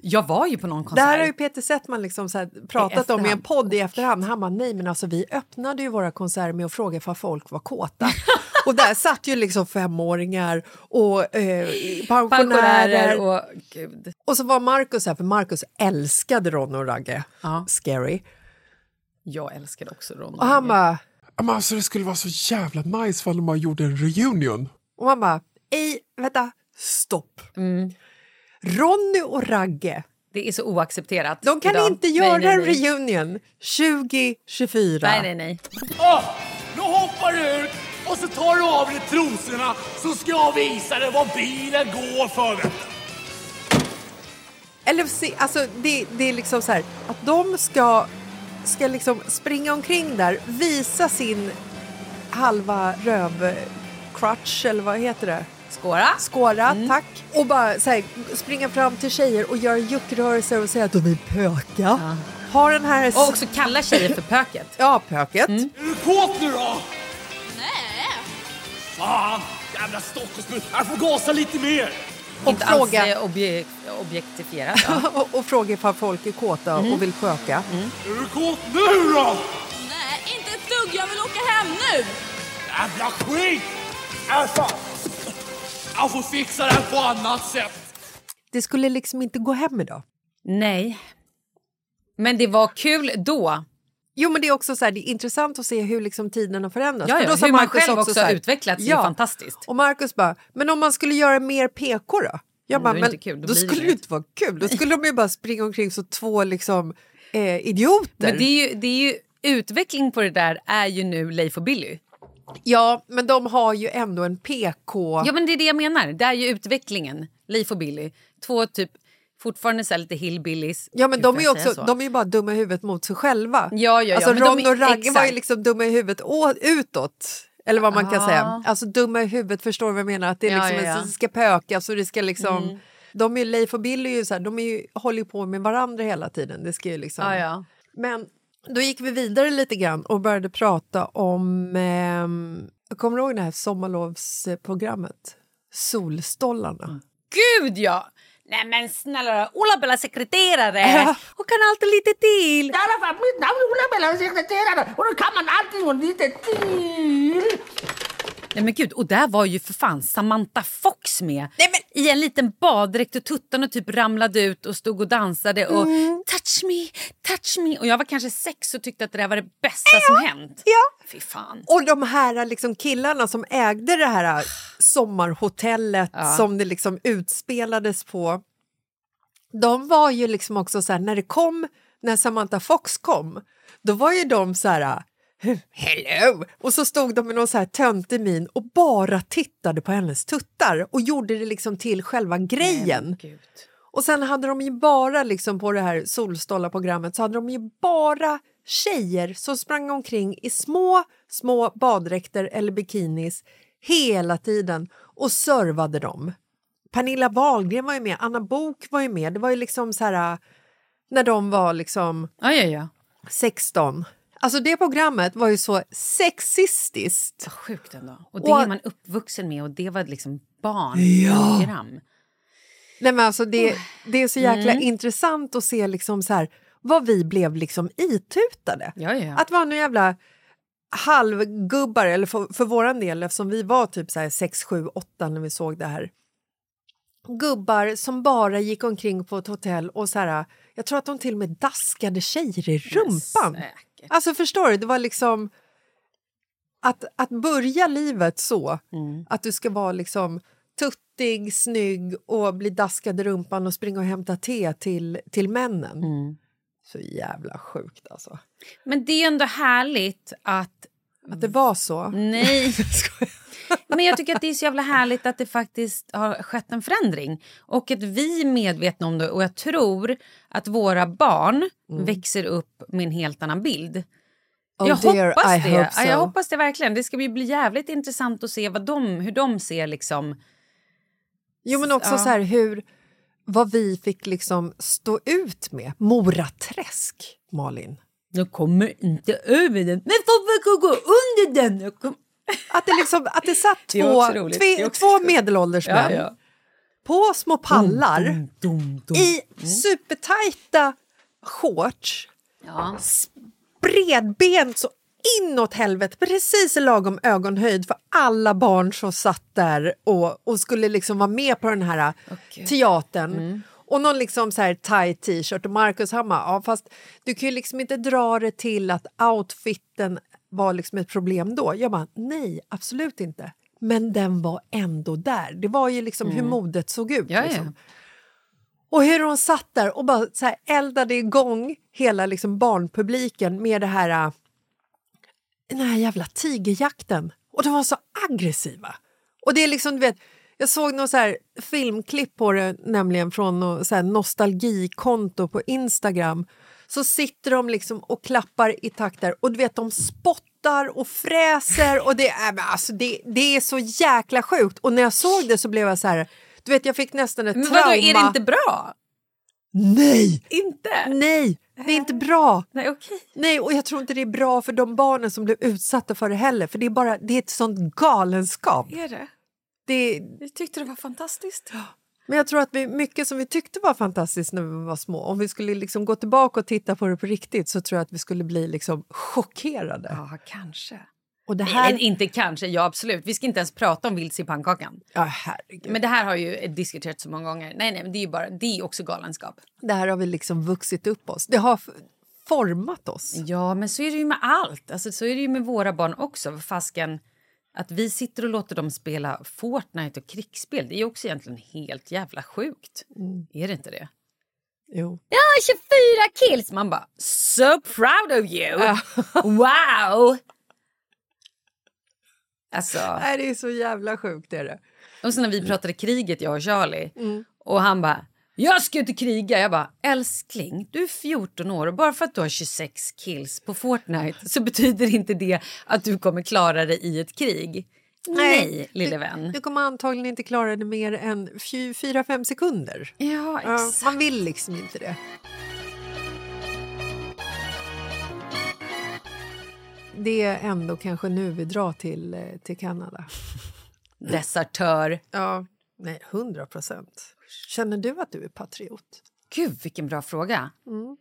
Jag var ju på någon Det här konsert. har ju Peter Settman liksom så här pratat om i en efterhand. podd i efterhand. Han bara, nej men alltså vi öppnade ju våra konserter med att fråga för folk var kåta. och där satt ju liksom femåringar och eh, pensionärer. Pensionärer och... och... Gud. så var Markus här, för Markus älskade Ron och Ragge. Ja. Scary. Jag älskade också Ronny. Och han bara, Men alltså det skulle vara så jävla nice om man gjorde en reunion. och han bara, ej, vänta, stopp. Mm. Ronny och Ragge, Det är så oaccepterat. de kan idag. inte göra nej, nej, nej. en reunion 2024. Nej, nej, nej. Nu hoppar du ur och så tar du av dig trosorna så ska jag visa dig vad bilen går för. vet du. Eller se, alltså det, det är liksom så här att de ska, ska liksom springa omkring där, visa sin halva röv crutch eller vad heter det? Skåra. Mm. Skåra, tack. Och bara så här, springa fram till tjejer och göra juckrörelser och säga att de är pöka. Ha den här... Och Mm. också kalla tjejer för pöket. ja, pöket. Är du kåt nu då? Fan! Jävla Stockholmsbuss! Jag får gasa lite mer! Och Inte fråga- alls eh, obje- objektifierat. Ja. och, och fråga ifall folk är kåta Mm. och vill pöka. Är du kåt nu då? Nej, inte ett dugg. Jag vill åka hem nu. Jävla skit! Äh, fan. Jag får fixa det här på annat sätt. Det skulle liksom inte gå hem idag. Nej. Men det var kul då. Jo, men det är också så här, det är intressant att se hur liksom tiden har förändrats. Ja, För ja, då sa hur man Marcus själv också så här- utvecklats är fantastiskt. Och Marcus bara, men om man skulle göra mer PK då? Jag Mm, då bara, är det men inte kul, då då blir det skulle det inget." inte vara kul. Då skulle de ju bara springa omkring som två liksom, eh, idioter. Men det är, ju, det är ju utveckling på det där är ju nu Leif och Billy. Ja, men de har ju ändå en PK... Ja men det är det jag menar. Det är ju utvecklingen. Leif och Billy. Två typ fortfarande så här lite hillbillies. Ja men Gud, de får är, ju jag säga också, så? de är ju bara dumma i huvudet mot sig själva. Ja, ja, ja, alltså men de Ron är- och Ragge var ju exakt. liksom dumma i huvudet å, utåt. Eller vad man kan Ah. säga. Alltså dumma i huvudet, förstår du vad jag menar? Att det Ja, är liksom ja, ja. en, ska pöka så det ska liksom... Mm. De är ju, Leif och Bill är ju så här, de är ju, håller ju på med varandra hela tiden. Det ska ju liksom... Ah, Ja, ja. Men då gick vi vidare lite grann och började prata om... ehm, jag kommer ihåg det här sommarlovsprogrammet? Solstollarna. Mm. Gud ja! Nej men snälla då. Ola-Bella sekreterare. Hon kan alltid lite till. I alla fall, mitt namn är Ola-Bella sekreterare och då kan man alltid och lite till. Nej men gud, och där var ju för fan Samantha Fox med. I en liten baddräkt och tuttarna typ ramlade ut och stod och dansade och Mm. touch me, touch me. Och jag var kanske sex och tyckte att det där var det bästa som hänt. Ja. Fy fan. Och de här liksom killarna som ägde det här sommarhotellet Ja. som det liksom utspelades på. De var ju liksom också så här, när det kom, när Samantha Fox kom, då var ju de så här "Hm, Hello! Och så stod de med någon så här töntig min och bara tittade på hennes tuttar och gjorde det liksom till själva grejen. Och sen hade de ju bara liksom på det här Solstolla-programmet så hade de ju bara tjejer som sprang omkring i små, små baddräkter eller bikinis hela tiden och servade dem. Pernilla Wahlgren var ju med, Anna Bok var ju med. Det var ju liksom så här äh, när de var liksom Ja, ja, ja. 16. Alltså det programmet var ju så sexistiskt. Sjukt ändå. Och det Och- är man uppvuxen med och det var liksom Ja. barnprogram. Nej, men alltså det, det är så jäkla Mm. intressant att se liksom så här, vad vi blev liksom itutade. Ja, ja, ja. Att vara nu jävla halvgubbar, eller för, för våran del eftersom vi var typ så här 6, 7, 8 när vi såg det här. Gubbar som bara gick omkring på ett hotell och så här, jag tror att de till och med daskade tjejer i rumpan. Alltså förstår du, det var liksom att, att börja livet så, att du ska vara liksom tuttig, snygg och bli daskad i rumpan och springa och hämta te till, till männen. Så jävla sjukt alltså. Men det är ändå härligt att... Att det var så? Mm. Nej. Men jag tycker att det är så jävla härligt att det faktiskt har skett en förändring. Och att vi är medvetna om det. Och jag tror att våra barn växer upp med en helt annan bild. Oh jag dear, hoppas I det. hope Ja, Jag so. hoppas det verkligen. Det ska ju bli jävligt intressant att se vad de, hur de ser liksom... Jo, men också Ja. så här hur, vad vi fick liksom stå ut med. Moraträsk, Malin. Jag kommer inte över den. Men folk verkar gå under den. Jag kom... Att det, liksom, att det satt Det är två, också roligt. Det är tve, också två medelålders Ja, män ja. Mm, på små pallar Dum, dum, dum. i supertajta shorts. Ja. Bredbent så inåt helvete, precis i lagom ögonhöjd för alla barn som satt där och, och skulle liksom vara med på den här teatern. Mm. Och någon liksom så här tight t-shirt och Marcus han bara, ja fast du kan ju liksom inte dra det till att outfiten var liksom ett problem då. Jag bara, nej absolut inte. Men den var ändå där. Det var ju liksom hur modet såg ut. Mm. Ja, ja. liksom. Och hur hon satt där och bara så här eldade igång hela liksom barnpubliken med det här, äh, den här jävla tigerjakten. Och de var så aggressiva. Och det är liksom, du vet, jag såg något så här filmklipp på det, nämligen från något så här nostalgikonto på Instagram så sitter de liksom och klappar i takt där och du vet de spottar och fräser och det är, men alltså, det, det är så jäkla sjukt och när jag såg det så blev jag så här, du vet jag fick nästan ett Men trauma. vadå, är det inte bra? Nej! Inte? Nej, det är inte Äh. bra. Mm. Nej, okej. Nej, och jag tror inte det är bra för de barnen som blev utsatta för det heller för det är bara, det är ett sånt galenskap. Är det? Det, Jag tyckte det var fantastiskt. men jag tror att vi, mycket som vi tyckte var fantastiskt när vi var små, om vi skulle liksom gå tillbaka och titta på det på riktigt så tror jag att vi skulle bli liksom chockerade. Ja, kanske. Och det Nej, här... men inte kanske, ja absolut. Vi ska inte ens prata om vilse i pannkakan. Ja, herregud. Men det här har ju diskuterats så många gånger. Nej, nej, men det är ju bara, det är också galenskap. Det här har vi liksom vuxit upp oss. Det har f- format oss. Ja, men så är det ju med allt. Alltså, så är det ju med våra barn också. Vad Fasken, att vi sitter och låter dem spela Fortnite och krigsspel, det är ju också egentligen helt jävla sjukt. Är det inte det? Jo. Ja, 24 kills! Man bara, so proud of you! wow! Alltså... Nej, det är så jävla sjukt. Är det. Och så när vi pratade kriget, jag och Charlie, och han bara “Jag ska inte kriga!” Jag bara “Älskling, du är 14 år och bara för att du har 26 kills på Fortnite så betyder inte det att du kommer klara dig i ett krig. Nej, lille vän.” Du kommer antagligen inte klara det mer än 4-5 sekunder. Ja, exakt. man vill liksom inte det. Det är ändå kanske nu vi drar till, eh, till Kanada. Desertör. Ja, nej, 100 procent. Känner du att du är patriot? Gud, vilken bra fråga. Mm.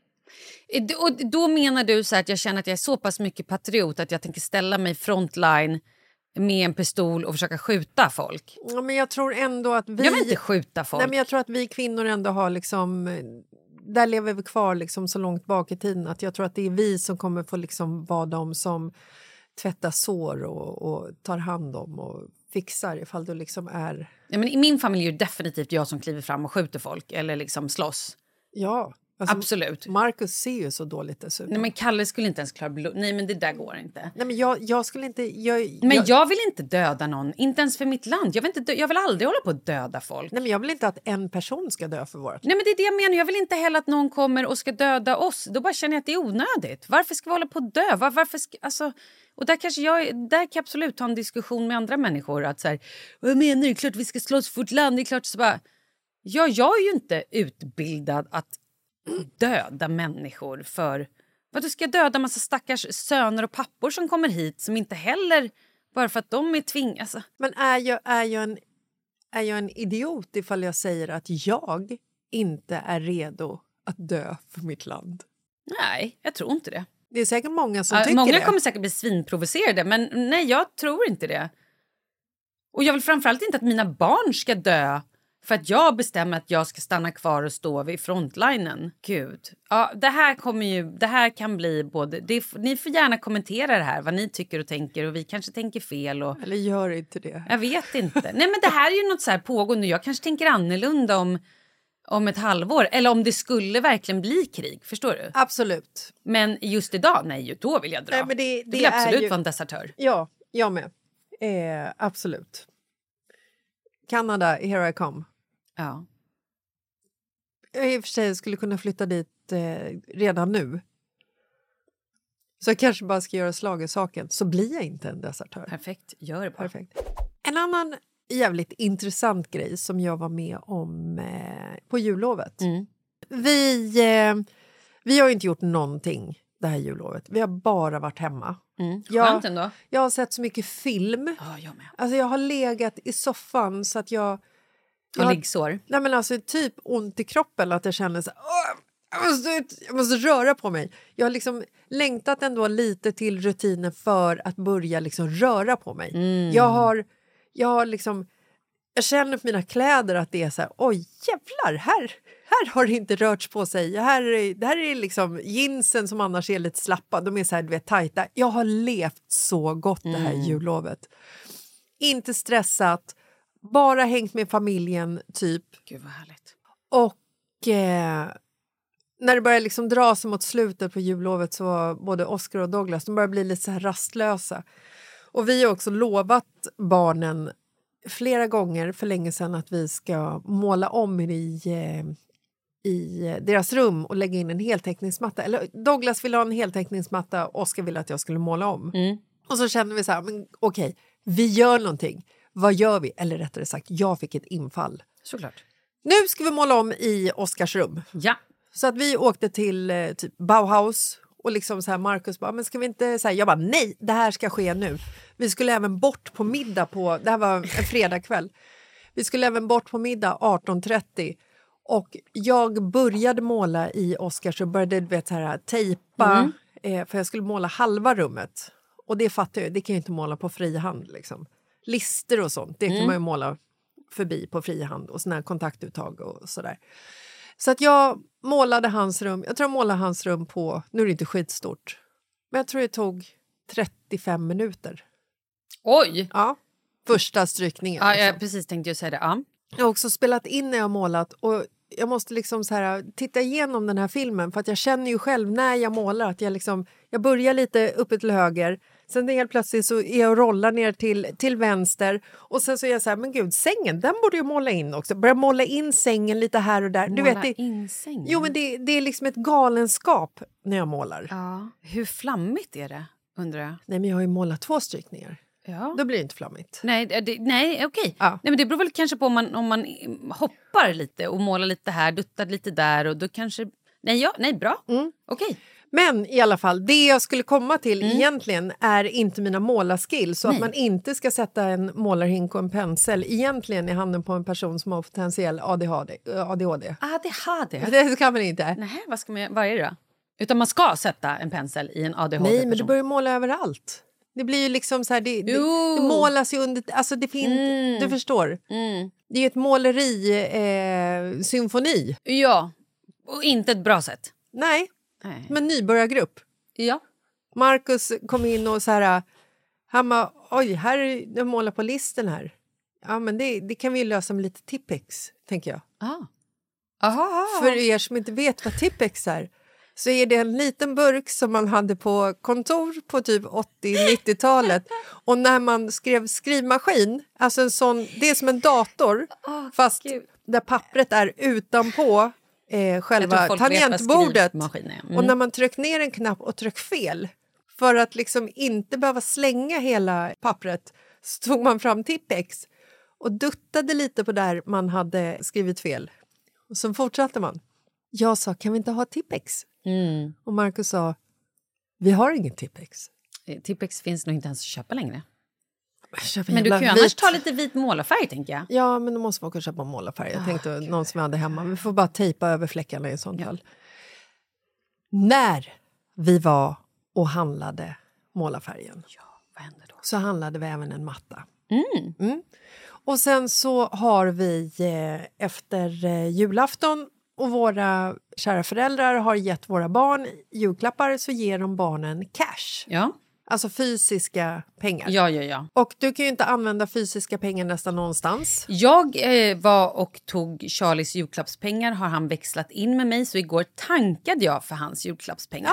Eh, d- Och då menar du så här att jag känner att jag är så pass mycket patriot att jag tänker ställa mig frontline med en pistol och försöka skjuta folk? Ja, men jag tror ändå att vi... Jag vill inte skjuta folk. Nej, men jag tror att vi kvinnor ändå har liksom... eh, Där lever vi kvar liksom så långt bak i tiden att jag tror att det är vi som kommer få liksom vara de som tvättar sår och, och tar hand om och fixar ifall du liksom är... Ja, men I min familj är det definitivt jag som kliver fram och skjuter folk eller liksom slåss. Ja, alltså, Absolut. Mm. Marcus ser ju så dåligt dessutom. Nej, men Kalle skulle inte ens klara blod. Nej, men det där går inte. Nej, men jag, jag skulle inte... Jag, Men jag, jag vill inte döda någon, inte ens för mitt land. Jag vill, inte dö- jag vill aldrig hålla på att döda folk. nej, men jag vill inte att en person ska dö för vårt Nej, men det är det jag menar. Jag vill inte heller att någon kommer och ska döda oss. Då bara känner jag att det är onödigt. Varför ska vi hålla på att dö? Var, varför ska, alltså, och där, kanske jag, där kan jag absolut ta en diskussion med andra människor. Att så här, Vad menar du? Det är Klart vi ska slåss för vårt land. Det är klart så bara, ja, jag är ju inte utbildad att döda människor för... Vadå, ska jag döda massa stackars söner och pappor som kommer hit som inte heller... Bara för att de är tvingade... Alltså, Men är jag, är, jag en, är jag en idiot ifall jag säger att jag inte är redo att dö för mitt land? nej, jag tror inte det. Det är säkert många som Ja, tycker många det. kommer säkert bli svinprovocerade, men nej, jag tror inte det. Och jag vill framförallt inte att mina barn ska dö för att jag bestämmer att jag ska stanna kvar och stå vid frontlinen. Gud. Ja, det här kommer ju... Det här kan bli både... Det, f- ni får gärna kommentera det här, vad ni tycker och tänker och vi kanske tänker fel och... Eller gör inte det. Jag vet inte. Nej, men det här är ju något så här pågående. Jag kanske tänker annorlunda om, om ett halvår eller om det skulle verkligen bli krig. Förstår du? Absolut. Men just idag, nej, då vill jag dra. Nej, men det- Då det vill jag är absolut ju- vara en desertör. Ja, jag med. Eh, absolut. Kanada, here I come. Ja. Jag i och för sig skulle kunna flytta dit eh, redan nu. Så jag kanske bara ska göra slag i saken, så blir jag inte en desertör. Perfekt, gör det bara. Perfekt. En annan jävligt intressant grej som jag var med om eh, på jullovet. Mm. Vi, eh, vi har ju inte gjort någonting det här jullovet. Vi har bara varit hemma. Mm. Jag, Skönt ändå. jag har sett så mycket film. Ja, jag med. Alltså jag har legat i soffan så att jag... jag Och har- liggsår. Nej men alltså typ ont i kroppen att jag känner så här, "Åh, jag måste, ut, jag måste röra på mig. Jag har liksom längtat ändå lite till rutinen för att börja liksom röra på mig. Jag har, jag har liksom, jag känner på mina kläder att det är så här, oj jävlar, här, här har det inte rörts på sig. Här, är- det här är liksom jeansen som annars är lite slappa, de är så här du vet tajta. Jag har levt så gott det här jullovet. Inte stressat, bara hängt med familjen typ. Gud vad härligt. Och eh, när det börjar liksom dra sig mot slutet på jullovet så var både Oscar och Douglas de börjar bli lite så här rastlösa. Och vi har också lovat barnen flera gånger för länge sedan att vi ska måla om i eh, i deras rum och lägga in en heltäckningsmatta. Eller Douglas ville ha en heltäckningsmatta, Oskar ville att jag skulle måla om. Mm. Och så kände vi så här, men okej, vi gör någonting. Vad gör vi? Eller rättare sagt, jag fick ett infall. Såklart. Nu ska vi måla om i Oskars rum. Ja. Så att vi åkte till eh, typ Bauhaus och liksom så här Marcus bara, men ska vi inte... Så här, jag bara, nej, det här ska ske nu. Vi skulle även bort på middag på... Det här var en fredagkväll. Vi skulle även bort på middag 18.30 och jag började måla i Oskars och började du vet, så här, tejpa Mm. eh, för jag skulle måla halva rummet. Och det fattar jag, det kan jag inte måla på frihand. Liksom. Lister och sånt, det Mm. kan man ju måla förbi på frihand och såna här kontaktuttag och sådär. Så att jag målade hans rum, jag tror jag målade hans rum på, nu är det inte skitstort, men jag tror det tog 35 minuter. Oj! Ja, första strykningen. Ja, liksom. jag precis tänkte ju säga det. Ja. Jag har också spelat in när jag har målat och jag måste liksom så här, titta igenom den här filmen för att jag känner ju själv när jag målar att jag, liksom, jag börjar lite uppe till höger sen helt plötsligt så är jag och rollar ner till, till vänster och sen så är jag så här, men gud, sängen den borde jag måla in också. Börja måla in sängen lite här och där. du Måla vet, det, in sängen. Jo, men det, det är liksom ett galenskap när jag målar. Ja. Hur flammigt är det, undrar jag? Nej, men jag har ju målat två strykningar. Ja. Då blir det inte flammigt. Nej, det- det, nej okej. Nej, men det beror väl kanske på om man, om man eh, hoppar lite och målar lite här, duttar lite där och då kanske... Nej, ja, nej bra. Mm. Okej. Men i alla fall, det jag skulle komma till egentligen är inte mina målarskills. Så att Mm. Nej. man inte ska sätta en målarhink och en pensel egentligen i handen på en person som har potentiell ADHD. eh, ADHD. Ah, det har det. Det kan man inte. Nej, vad, ska man, göra- vad är det då? Utan man ska sätta en pensel i en ADHD-person? Nej, men du börjar måla överallt. Det blir ju liksom så här, det, det, det målas ju under... Alltså det finns, Mm. Du förstår. Det är ju ett måleri-symfoni. Eh, symfoni. Ja, och inte ett bra sätt. Nej, Nej. men nybörjargrupp. Ja. Marcus kom in och så här... Han bara, oj, här är jag målar på listen här. Ja, men det, det kan vi ju lösa med lite Tippex, tänker jag. Ah. Aha. För er som inte vet vad Tippex är så är det en liten burk som man hade på kontor på typ 80-90-talet. Och när man skrev skrivmaskin, alltså en sån, det är som en dator fast där pappret är utanpå eh, Jag själva tror folk vet vad tangentbordet. skrivmaskin är. Mm. Och när man tryckte ner en knapp och tryckte fel för att liksom inte behöva slänga hela pappret så tog man fram Tippex och duttade lite på där man hade skrivit fel. Och så fortsatte man. Jag sa, kan vi inte ha Tippex? Mm. Och Markus sa, vi har ingen Tippex. Eh, Tippex finns nog inte ens att köpa längre. Köp en Men du jävla kan ju annars vit. ta lite vit målarfärg, tänker jag. Ja, men då måste man åka och köpa målarfärg. Jag tänkte någon som jag hade hemma. Vi får bara tejpa över fläckarna i sånt fall. När vi var och handlade målarfärgen så handlade vi även en matta. Mm. Och sen så har vi eh, efter eh, julafton och våra kära föräldrar har gett våra barn julklappar så ger de barnen cash. Ja. Alltså fysiska pengar. Ja, ja, ja. Och du kan ju inte använda fysiska pengar nästan någonstans. Jag eh, var och tog Charlies julklappspengar, har han växlat in med mig. Så igår tankade jag för hans julklappspengar.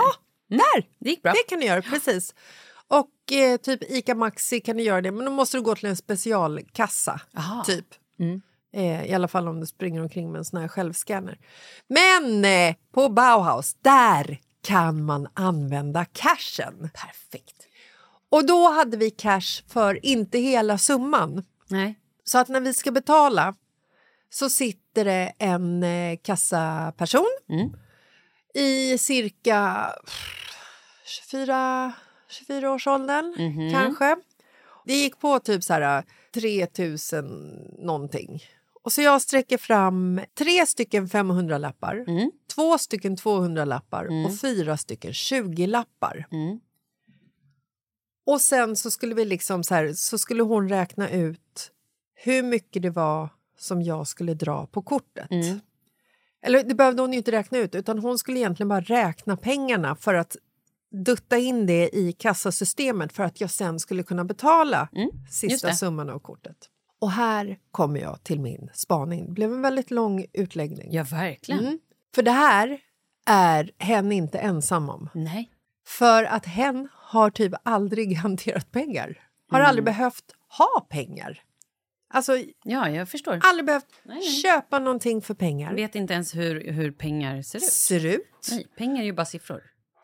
Ja, där! Det gick bra. Det kan du göra, precis. Och eh, typ Ica Maxi kan du göra det, men då måste du gå till en specialkassa. Aha. Mm. Typ. Eh, I alla fall om du springer omkring med en sån här självscanner. Men eh, på Bauhaus, där kan man använda cashen. Perfekt. Och då hade vi cash för inte hela summan. Nej. Så att när vi ska betala så sitter det en eh, kassaperson i cirka 24, 24 års åldern Mhm. kanske. Det gick på typ så här 3000 någonting. Och så jag sträcker fram tre stycken 500 lappar, två stycken 200 lappar och fyra stycken 20 lappar. Och sen så skulle vi liksom så här, så skulle hon räkna ut hur mycket det var som jag skulle dra på kortet. Mm. Eller det behövde hon ju inte räkna ut utan hon skulle egentligen bara räkna pengarna för att dutta in det i kassasystemet för att jag sen skulle kunna betala Mm, just sista det. summan av kortet. Och här kommer jag till min spaning. Det blev en väldigt lång utläggning. Ja, verkligen. Mm. För det här är hen inte ensam om. Nej. För att hen Mm. har typ aldrig hanterat pengar. Har aldrig behövt ha pengar. Alltså, ja, jag förstår. aldrig behövt köpa någonting för pengar. Jag vet inte ens hur, hur pengar ser ut. Ser ut? Nej, pengar är ju bara siffror.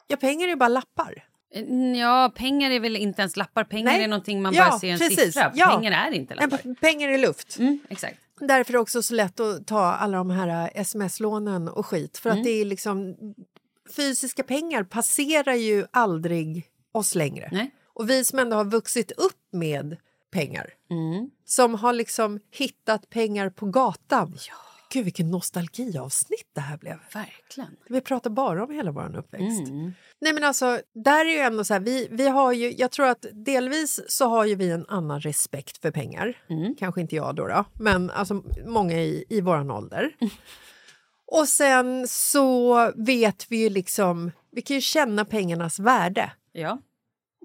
Ja, pengar är ju bara lappar. Mm, Ja, pengar är väl inte ens lappar. Pengar Nej. är någonting man Ja, bara ser en precis. siffra. Ja. Pengar är inte Nej, lappar. Mm, p- pengar är luft. exakt. Därför är det också så lätt att ta alla de här eh, sms-lånen och Mm. skit. För att det är liksom... Fysiska pengar passerar ju aldrig oss längre. Nej. Och vi som ändå har vuxit upp med pengar som har liksom hittat pengar på gatan. Gud, vilken nostalgiavsnitt det här blev. Verkligen. Vi pratar bara om hela vår uppväxt. Nej, men alltså, där är ju ändå så här, vi, vi har ju, jag tror att delvis så har ju vi en annan respekt för pengar. Kanske inte jag då, då men alltså, många i, i vår ålder. Och sen så vet vi ju liksom, vi kan ju känna pengarnas värde Ja.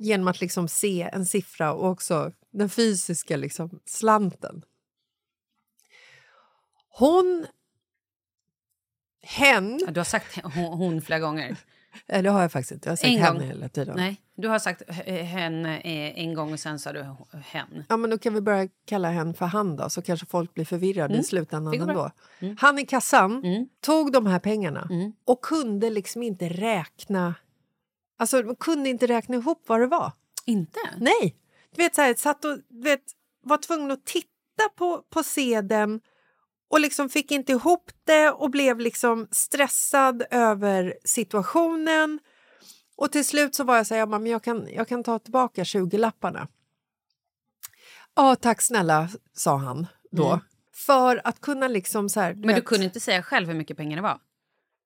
genom att liksom se en siffra och också den fysiska liksom, slanten. Hon... Hen... Ja, Du har sagt he- hon, hon flera gånger. Eh, Det har jag faktiskt inte. Jag har sagt En henne gång. hela tiden. Nej, du har sagt eh, hen eh, en gång och sen sa du hen. Ja, men då kan vi börja kalla henne för han då, så kanske folk blir förvirrade i Mm. slutändan Det går bra. Mm. ändå. Han i kassan tog de här pengarna och kunde liksom inte räkna... Alltså, de kunde inte räkna ihop vad det var. Inte? Nej. Du vet, så här, satt och du vet, var tvungen att titta på, på sedeln och liksom fick inte ihop det och blev liksom stressad över situationen. Och till slut så var jag så här, jag, bara, men jag, kan, jag kan ta tillbaka 20-lapparna. Ja, tack snälla, sa han då. Mm. För att kunna liksom så här... Men du vet- kunde inte säga själv hur mycket pengar det var?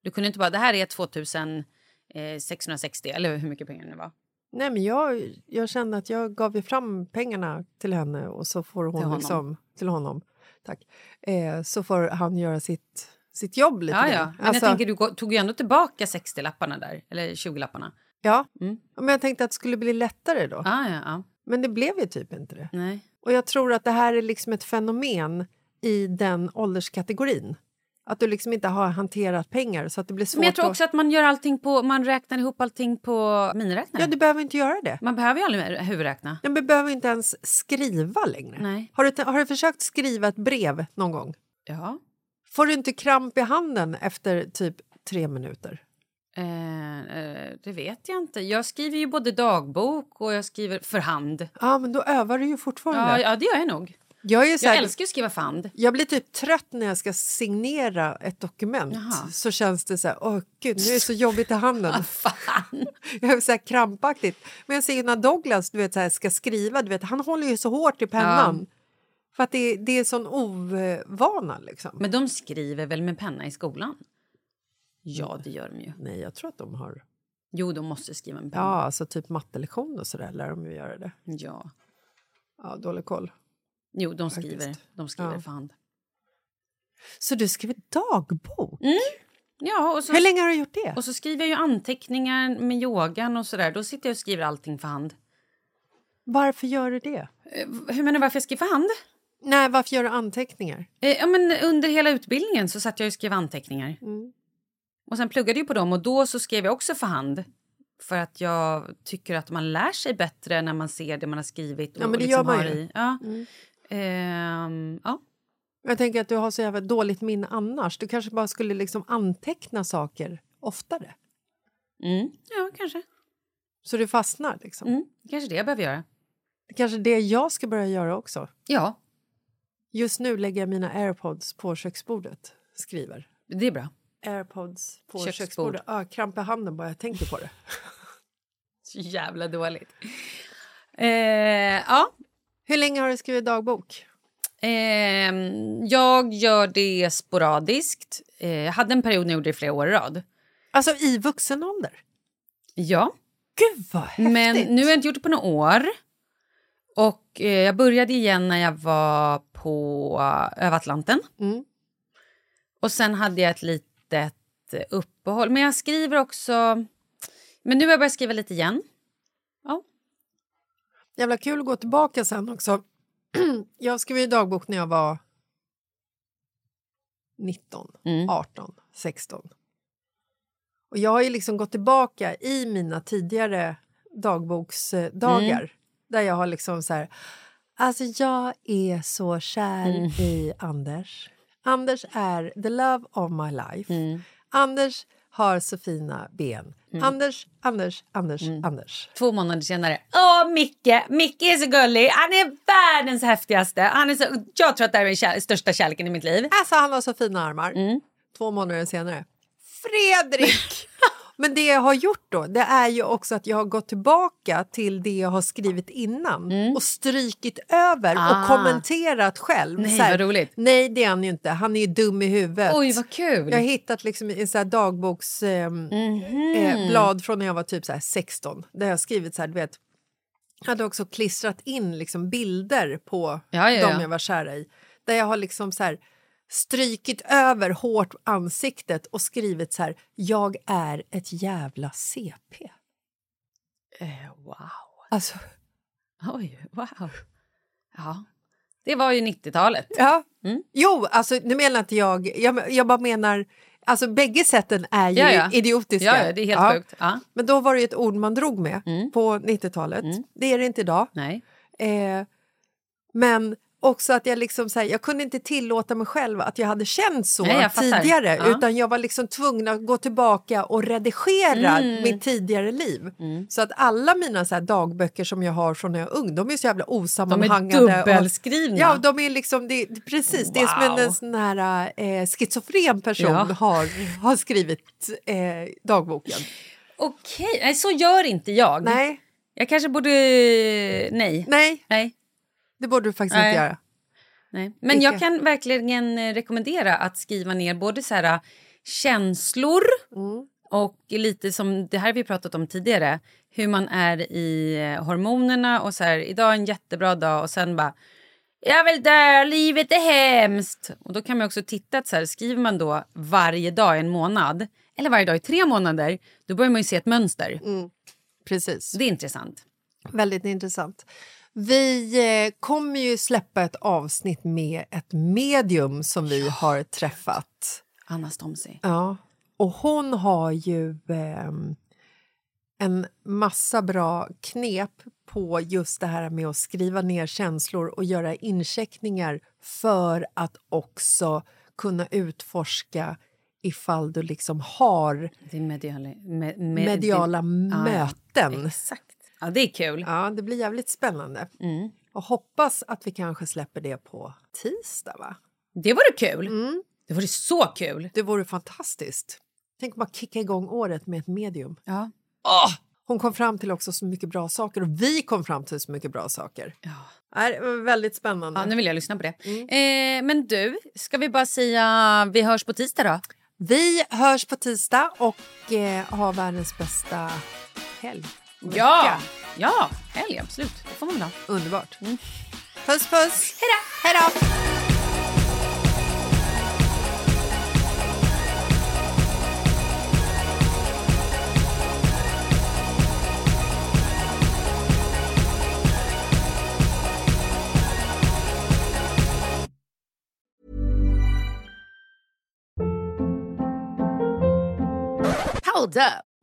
Du kunde inte bara, det här är 2660 eller hur mycket pengar det var. Nej, men jag, jag kände att jag gav ju fram pengarna till henne och så får hon Till honom. liksom till honom. Tack. Eh, så får han göra sitt, sitt jobb lite Ja, grann. ja. Men Alltså, jag tänker, du gå- tog ju ändå tillbaka 60-lapparna där, eller 20-lapparna. ja. Mm. Men jag tänkte att det skulle bli lättare då. Ja, ja, ja. Men det blev ju typ inte det. Nej. Och jag tror att det här är liksom ett fenomen i den ålderskategorin. Att du liksom inte har hanterat pengar så att det blir svårt Men jag tror att- också att man gör allting på, man räknar ihop allting på miniräknare. Ja, du behöver inte göra det. Man behöver ju aldrig huvudräkna. Men du behöver inte ens skriva längre. Nej. Har, du, t- har du försökt skriva ett brev någon gång? Ja. Får du inte kramp i handen efter typ tre minuter? Eh, eh, det vet jag inte. Jag skriver ju både dagbok och jag skriver för hand. Ja, men då övar du ju fortfarande. Ja, ja det gör jag nog. Jag, är så här, Jag älskar ju att skriva för hand. jag blir typ trött när jag ska signera ett dokument. Jaha. Så känns det så här, åh gud, nu är det så jobbigt i handen. Jag är så här krampaktigt. Men jag ser ju när Douglas du vet, så här, ska skriva, du vet, han håller ju så hårt i pennan. För att det, det är sån ovana liksom. Men de skriver väl med penna i skolan? Ja, det gör de ju. Nej, jag tror att de har... Jo, de måste skriva med Ja, penna. alltså typ mattelektion och sådär lär de ju göra det. Ja. Ja, dålig koll. Jo, de skriver, Faktiskt. de skriver Ja. för hand. Så du skriver dagbok? Mm. Ja, och så, Hur länge har du gjort det? och så skriver jag ju anteckningar med yogan och sådär. Då sitter jag och skriver allting för hand. Varför gör du det? Eh, Hur menar du varför jag skriver för hand? Nej, varför gör du anteckningar? Eh, ja, men under hela utbildningen så satt jag och skrev anteckningar. Mm. Och sen pluggade jag på dem och då så skrev jag också för hand. För att jag tycker att man lär sig bättre när man ser det man har skrivit. Och, Ja, men det och gör man har ju. Mm. i. Ja. Ehm, ja. Jag tänker att du har så jävla dåligt minne annars. Du kanske bara skulle liksom anteckna saker oftare. Mm. ja, kanske. Så du fastnar liksom. Mm. Kanske det jag behöver göra. Det är kanske det jag ska börja göra också. Ja, Just nu lägger jag mina airpods på köksbordet. Skriver. det är bra. Airpods på Köksbord. köksbordet. Ja, kramp i handen bara jag tänker på det. Så jävla dåligt. Eh, ja. Hur länge har du skrivit dagbok? Ehm, jag gör det sporadiskt. Eh, jag hade en period när jag gjorde det i flera år i rad. Alltså i vuxen ålder? Ja. Gud vad häftigt! Men nu har jag inte gjort det på några år. Och eh, jag började igen när jag var på eh, Övatlanten. Mm. Och sen hade jag ett litet eh, uppehåll. Men jag skriver också... Men nu har jag börjat skriva lite igen. Ja. Jävla kul att gå tillbaka sen också. jag skrev ju dagbok när jag var 19, Mm. 18, 16. Och jag har ju liksom gått tillbaka i Mm. mina tidigare dagboksdagar där jag har liksom så här... Alltså, jag är så kär Mm. i Anders. Anders är the love of my life. Mm. Anders har så fina ben. Anders, Anders, Anders, Mm. Anders. Två månader senare. Åh, Micke! Micke är så gullig. Han är världens häftigaste. Han är så, jag tror att det här är den kär, största kärleken i mitt liv. Alltså, han har så fina armar. Mm. Två månader senare. Fredrik! Men det jag har gjort då, det är ju också att jag har gått tillbaka till det jag har skrivit innan och strykit över Mm. Ah. och kommenterat själv. Nej, Så här, vad roligt. Nej, det är han ju inte. Han är ju dum i huvudet. Oj, vad kul. Jag har hittat liksom i så här dagboksblad Mhm. eh, blad från när jag var typ så här 16 där jag har skrivit så här, du vet. Jag hade också klistrat in liksom bilder på Ja, ja, dem ja. jag var kär i. Där jag har liksom så här strykit över hårt ansiktet och skrivit så här, jag är ett jävla CP. wow. Alltså, Oj, wow. Ja, det var ju 90-talet. Ja. Mm. Jo, alltså nu menar inte jag, jag, jag bara menar, alltså bägge sätten är ju Ja, ja. idiotiska. Ja, ja, det är helt sjukt. Ja. Men då var det ju ett ord man drog med Mm. på 90-talet. Det är det inte idag. Nej. Eh, men också att jag liksom så här, jag kunde inte tillåta mig själv att jag hade känt så Nej, jag fattar. tidigare Ja. utan jag var liksom tvungen att gå tillbaka och redigera Mm. mitt tidigare liv. Så att alla mina så här dagböcker som jag har från när jag var ung, de är så jävla osammanhangande. och- dubbelskrivna. Ja, de är liksom, det, det- precis, det är som en, Wow. en sån här eh, schizofren person Ja. har, har skrivit eh, dagboken. Okej, nej, så gör inte jag. Nej. Jag kanske borde... Nej. Nej, Nej. det borde du faktiskt Nej. inte göra. Nej. Men jag kan verkligen eh, rekommendera att skriva ner både så här, eh, känslor och lite som det här vi pratat om tidigare, hur man är i eh, hormonerna och så här, idag är en jättebra dag och sen bara jag vill dö, livet är hemskt. Och då kan man också titta att så här, skriver man då varje dag i en månad eller varje dag i tre månader, då börjar man ju se ett mönster. Precis. Det är intressant. Väldigt intressant. Vi eh, kommer ju släppa ett avsnitt med ett medium som vi har träffat. Anna Stomsi. Ja. Och hon har ju ehm, en massa bra knep på just det här med att skriva ner känslor och göra incheckningar för att också kunna utforska ifall du liksom har Det är mediala, me, me, mediala Ja, möten. Exakt. Ja, det är kul. Ja, det blir jävligt spännande. Mm. Och hoppas att vi kanske släpper det på tisdag, va? Det vore kul. Det vore så kul. Det vore fantastiskt. Tänk bara kicka igång året med ett medium. Ja. Åh! Hon kom fram till också så mycket bra saker och vi kom fram till så mycket bra saker. Ja. Det var väldigt spännande. Ja, nu vill jag lyssna på det. Eh, men du, ska vi bara säga vi hörs på tisdag då? Vi hörs på tisdag och eh, har världens bästa helg. Ja! Mm. Ja, helg absolut. Det får man väl ha. Underbart. Puss, puss! Hej då! Hold up.